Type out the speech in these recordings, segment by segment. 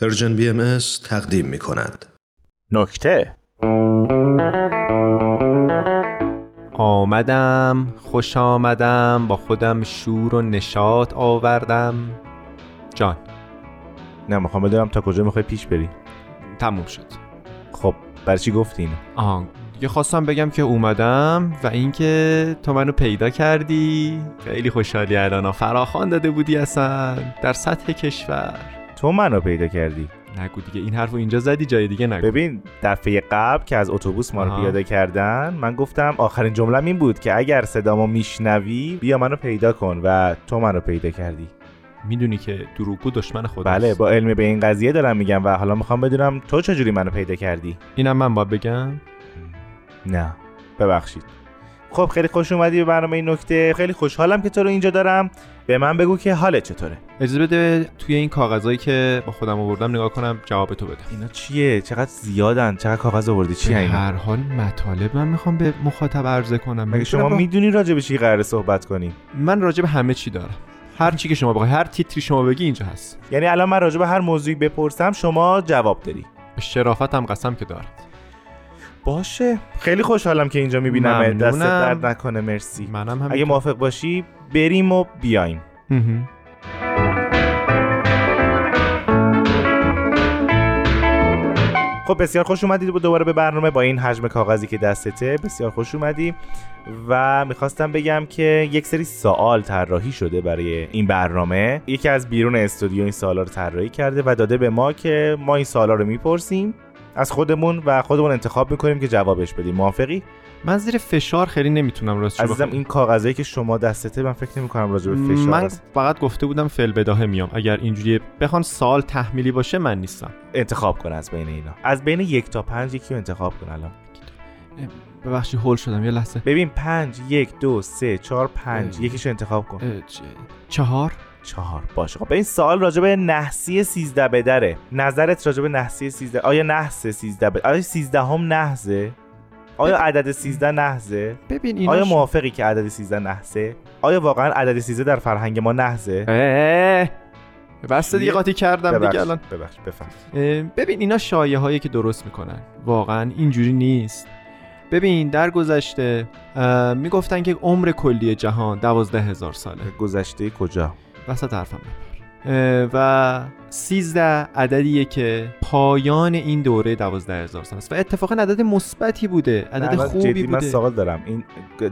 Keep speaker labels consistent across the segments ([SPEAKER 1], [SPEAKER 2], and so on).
[SPEAKER 1] پرژن بی ام از تقدیم می کند.
[SPEAKER 2] نکته
[SPEAKER 3] آمدم خوش آمدم با خودم شور و نشاط آوردم جان
[SPEAKER 2] نه میخوام بدونم تا کجا میخوای پیش بری
[SPEAKER 3] تموم شد
[SPEAKER 2] خب برای چی گفتی اینو
[SPEAKER 3] آه یه خواستم بگم که اومدم و اینکه تو منو پیدا کردی خیلی خوشحالی الان فراخان داده بودی اصلا در سطح کشور
[SPEAKER 2] تو منو پیدا کردی
[SPEAKER 3] نگو دیگه این حرف رو اینجا زدی جای دیگه نگو
[SPEAKER 2] ببین دفعه قبل که از اتوبوس ما رو
[SPEAKER 3] آها.
[SPEAKER 2] پیاده کردن من گفتم آخرین جمله این بود که اگر صدامو میشنوی بیا منو پیدا کن و تو منو پیدا کردی
[SPEAKER 3] میدونی که دروگو دشمن خود
[SPEAKER 2] بله با علم به این قضیه دارم میگم و حالا میخوام بدونم تو چجوری منو پیدا کردی
[SPEAKER 3] اینم من باید بگم
[SPEAKER 2] نه ببخشید خب خیلی خوش اومدی به برنامه این نکته خیلی خوشحالم که تو رو اینجا دارم به من بگو که حالت چطوره
[SPEAKER 3] اجازه بده توی این کاغذایی که با خودم آوردم نگاه کنم جواب تو بدم
[SPEAKER 2] اینا چیه چقدر زیادن چقدر کاغذ آوردی چی
[SPEAKER 3] به
[SPEAKER 2] اینا
[SPEAKER 3] هر حال مطالب من میخوام به مخاطب عرضه کنم
[SPEAKER 2] مگه شما
[SPEAKER 3] می‌تونم
[SPEAKER 2] میدونی راجع به چی قراره صحبت کنی
[SPEAKER 3] با- من راجع به همه چی دارم هر چی که شما بخوای هر تیتری شما بگی اینجا هست
[SPEAKER 2] یعنی الان من راجع به هر موضوعی بپرسم شما جواب داری
[SPEAKER 3] به شرافتم قسم که دارم
[SPEAKER 2] باشه خیلی خوشحالم که اینجا میبینم دست
[SPEAKER 3] ممنونم.
[SPEAKER 2] درد نکنه مرسی
[SPEAKER 3] منم
[SPEAKER 2] اگه
[SPEAKER 3] همین
[SPEAKER 2] موافق باشی بریم و بیایم
[SPEAKER 3] مهم.
[SPEAKER 2] خب بسیار خوش اومدید و دوباره به برنامه با این حجم کاغذی که دستته بسیار خوش اومدی و میخواستم بگم که یک سری سوال طراحی شده برای این برنامه یکی از بیرون استودیو این سوالا رو طراحی کرده و داده به ما که ما این سوالا رو میپرسیم از خودمون و خودمون انتخاب میکنیم که جوابش بدیم موافقی
[SPEAKER 3] من زیر فشار خیلی نمیتونم راست
[SPEAKER 2] عزیزم این کاغذایی که شما دستته من فکر نمیکنم راجع به فشار
[SPEAKER 3] من
[SPEAKER 2] است.
[SPEAKER 3] فقط گفته بودم فعل بداهه میام اگر اینجوری بخوان سال تحمیلی باشه من نیستم
[SPEAKER 2] انتخاب کن از بین اینا از بین یک تا پنج یکی رو انتخاب کن الان
[SPEAKER 3] ببخشید هول شدم یه لحظه
[SPEAKER 2] ببین پنج یک دو سه چهار پنج
[SPEAKER 3] اه.
[SPEAKER 2] یکیش رو انتخاب کن
[SPEAKER 3] اه، چه- چهار
[SPEAKER 2] چهار باشه خب این سال راجع به نحسی 13 بدره نظرت راجع به نحسی 13 آیا نحس 13 به آیا 13 هم نحسه آیا عدد 13 نحسه
[SPEAKER 3] ببین اینا
[SPEAKER 2] آیا
[SPEAKER 3] ش-
[SPEAKER 2] موافقی که عدد 13 نحسه آیا واقعا عدد 13 در فرهنگ ما نحسه
[SPEAKER 3] اه، بس دیگه
[SPEAKER 2] چیه؟
[SPEAKER 3] قاطی کردم
[SPEAKER 2] ببخش
[SPEAKER 3] دیگه الان
[SPEAKER 2] ببخش بفهم
[SPEAKER 3] اه، ببین اینا شایه هایی که درست میکنن واقعا اینجوری نیست ببین در گذشته اه، میگفتن که عمر کلی جهان دوازده هزار ساله
[SPEAKER 2] گذشته کجا
[SPEAKER 3] وسط حرفم نپر اه، و 13 عددیه که پایان این دوره 12 هزار سال است و اتفاقا عدد مثبتی بوده عدد
[SPEAKER 2] الان
[SPEAKER 3] خوبی
[SPEAKER 2] جدی من
[SPEAKER 3] بوده خب.
[SPEAKER 2] سوال دارم این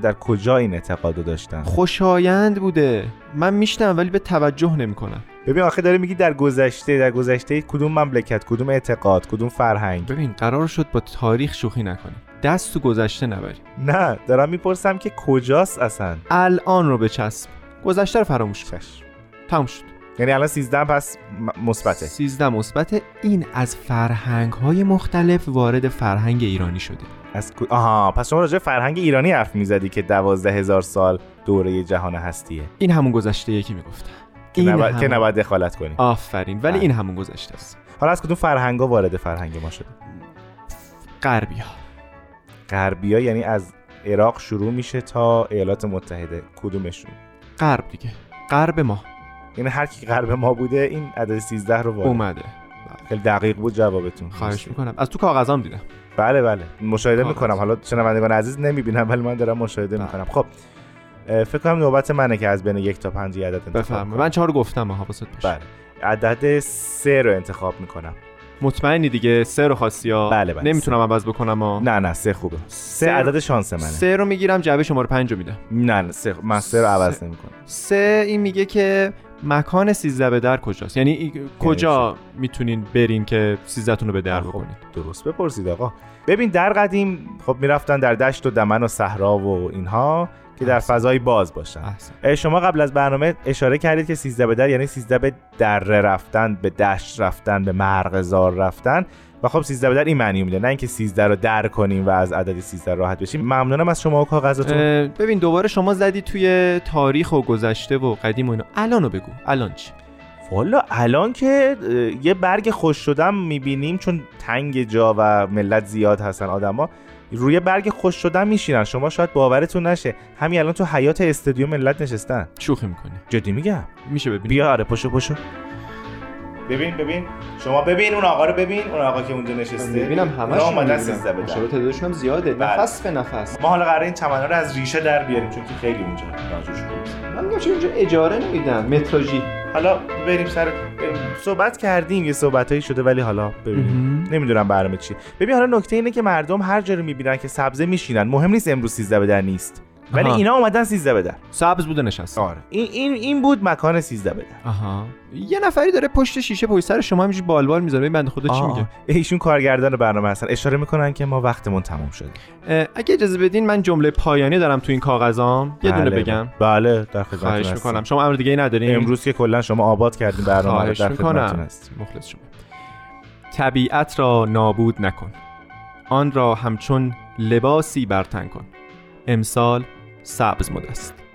[SPEAKER 2] در کجا این اعتقاد رو داشتن
[SPEAKER 3] خوشایند بوده من میشتم ولی به توجه نمیکنم
[SPEAKER 2] ببین آخه داری میگی در گذشته در گذشته کدوم مملکت کدوم اعتقاد کدوم فرهنگ
[SPEAKER 3] ببین قرار شد با تاریخ شوخی نکنیم دست تو گذشته نبریم
[SPEAKER 2] نه دارم میپرسم که کجاست اصلا
[SPEAKER 3] الان رو بچسب گذشته رو فراموش کن
[SPEAKER 2] چشم
[SPEAKER 3] تموم شد
[SPEAKER 2] یعنی الان 13 پس م- مثبته
[SPEAKER 3] 13 مثبت این از فرهنگ های مختلف وارد فرهنگ ایرانی شده
[SPEAKER 2] از کو- آها پس شما راجع به فرهنگ ایرانی حرف میزدی که دوازده هزار سال دوره جهان هستیه
[SPEAKER 3] این همون گذشته یکی میگفتم
[SPEAKER 2] که
[SPEAKER 3] این
[SPEAKER 2] نباید, که
[SPEAKER 3] همون-
[SPEAKER 2] نباید دخالت کنی
[SPEAKER 3] آفرین ولی
[SPEAKER 2] بله.
[SPEAKER 3] این همون گذشته است
[SPEAKER 2] حالا از کدوم فرهنگا وارد فرهنگ ما شده
[SPEAKER 3] غربی ها
[SPEAKER 2] غربیا یعنی از عراق شروع میشه تا ایالات متحده کدومشون
[SPEAKER 3] غرب دیگه غرب ما
[SPEAKER 2] یعنی هر کی غرب ما بوده این عدد 13 رو وارد
[SPEAKER 3] اومده
[SPEAKER 2] خیلی دقیق بود جوابتون
[SPEAKER 3] خواهش میکنم از تو کاغذام دیدم
[SPEAKER 2] بله بله مشاهده
[SPEAKER 3] کاغذ.
[SPEAKER 2] میکنم حالا شنوندگان عزیز نمیبینم ولی من دارم مشاهده
[SPEAKER 3] بله.
[SPEAKER 2] میکنم خب اه، فکر کنم نوبت منه که از بین یک تا پنج یه عدد انتخاب
[SPEAKER 3] بفرمایید
[SPEAKER 2] کنم.
[SPEAKER 3] من چهار رو گفتم ها حواست باشه
[SPEAKER 2] بله عدد سه رو انتخاب میکنم
[SPEAKER 3] مطمئنی دیگه سه رو خواستی ها
[SPEAKER 2] بله، بله.
[SPEAKER 3] نمیتونم عوض بکنم ها
[SPEAKER 2] نه نه سه خوبه سه عدد شانس منه
[SPEAKER 3] سه رو میگیرم جعبه شماره پنج رو میدم
[SPEAKER 2] نه نه سه خ- من سه رو عوض
[SPEAKER 3] سه.
[SPEAKER 2] نمیکنم
[SPEAKER 3] سه این میگه که مکان 13 به در کجاست یعنی ای- کجا میتونین برین که 13 تون رو به در
[SPEAKER 2] خب.
[SPEAKER 3] بکنین
[SPEAKER 2] درست بپرسید آقا ببین در قدیم خب میرفتن در دشت و دمن و صحرا و اینها که در
[SPEAKER 3] احسن.
[SPEAKER 2] فضای باز باشن
[SPEAKER 3] احسن
[SPEAKER 2] اه، شما قبل از برنامه اشاره کردید که 13 به در یعنی 13 به دره رفتن به دشت رفتن به مرغزار رفتن و خب 13 به در این معنی میده نه اینکه 13 رو در کنیم و از عدد 13 راحت بشیم ممنونم از شما و کاغذتون
[SPEAKER 3] اه، ببین دوباره شما زدی توی تاریخ و گذشته و قدیم و اینا الانو بگو الان چی
[SPEAKER 2] والا الان که اه، یه برگ خوش شدم میبینیم چون تنگ جا و ملت زیاد هستن آدما روی برگ خوش شدن میشینن شما شاید باورتون نشه همین الان تو حیات استادیوم ملت نشستن
[SPEAKER 3] شوخی میکنی
[SPEAKER 2] جدی میگم
[SPEAKER 3] میشه ببینی
[SPEAKER 2] بیا آره پشو پشو ببین ببین شما ببین اون آقا رو ببین اون آقا که اونجا نشسته
[SPEAKER 3] میبینم
[SPEAKER 2] اونا
[SPEAKER 3] همشون
[SPEAKER 2] اومدن
[SPEAKER 3] میبینم
[SPEAKER 2] سیزده بدن
[SPEAKER 3] چرا تعدادشون هم زیاده
[SPEAKER 2] بله.
[SPEAKER 3] نفس به نفس
[SPEAKER 2] ما حالا قراره این چمنا رو از ریشه در بیاریم چون که خیلی اونجا ناجور شده
[SPEAKER 3] من میگم چرا اینجا اجاره نمیدن متراژی
[SPEAKER 2] حالا بریم سر صحبت کردیم یه صحبتایی شده ولی حالا ببینیم
[SPEAKER 3] مهم.
[SPEAKER 2] نمیدونم برنامه چی ببین حالا نکته اینه که مردم هر جا رو میبینن که سبزه میشینن مهم نیست امروز 13 به در نیست ولی
[SPEAKER 3] آها.
[SPEAKER 2] اینا اومدن 13 به در
[SPEAKER 3] سبز بوده نشست
[SPEAKER 2] آره این این این بود مکان 13 به در
[SPEAKER 3] آها یه نفری داره پشت شیشه پشت سر شما همینجوری بالبال میذاره ببین بنده خدا چی
[SPEAKER 2] آه،
[SPEAKER 3] میگه
[SPEAKER 2] ایشون کارگردان برنامه هستن اشاره میکنن که ما وقتمون تموم شده
[SPEAKER 3] اه، اگه اجازه بدین من جمله پایانی دارم تو این کاغذام یه دونه
[SPEAKER 2] بله،
[SPEAKER 3] بگم
[SPEAKER 2] بله در خدمتتون
[SPEAKER 3] خواهش
[SPEAKER 2] هستیم.
[SPEAKER 3] میکنم شما امر دیگه ای ندارین
[SPEAKER 2] امروز که کلا شما آباد کردین برنامه رو
[SPEAKER 3] خواهش
[SPEAKER 2] در خدمتتون
[SPEAKER 3] میکنم
[SPEAKER 2] هستیم
[SPEAKER 3] مخلص شما طبیعت را نابود نکن آن را همچون لباسی برتن کن امسال سبز مد است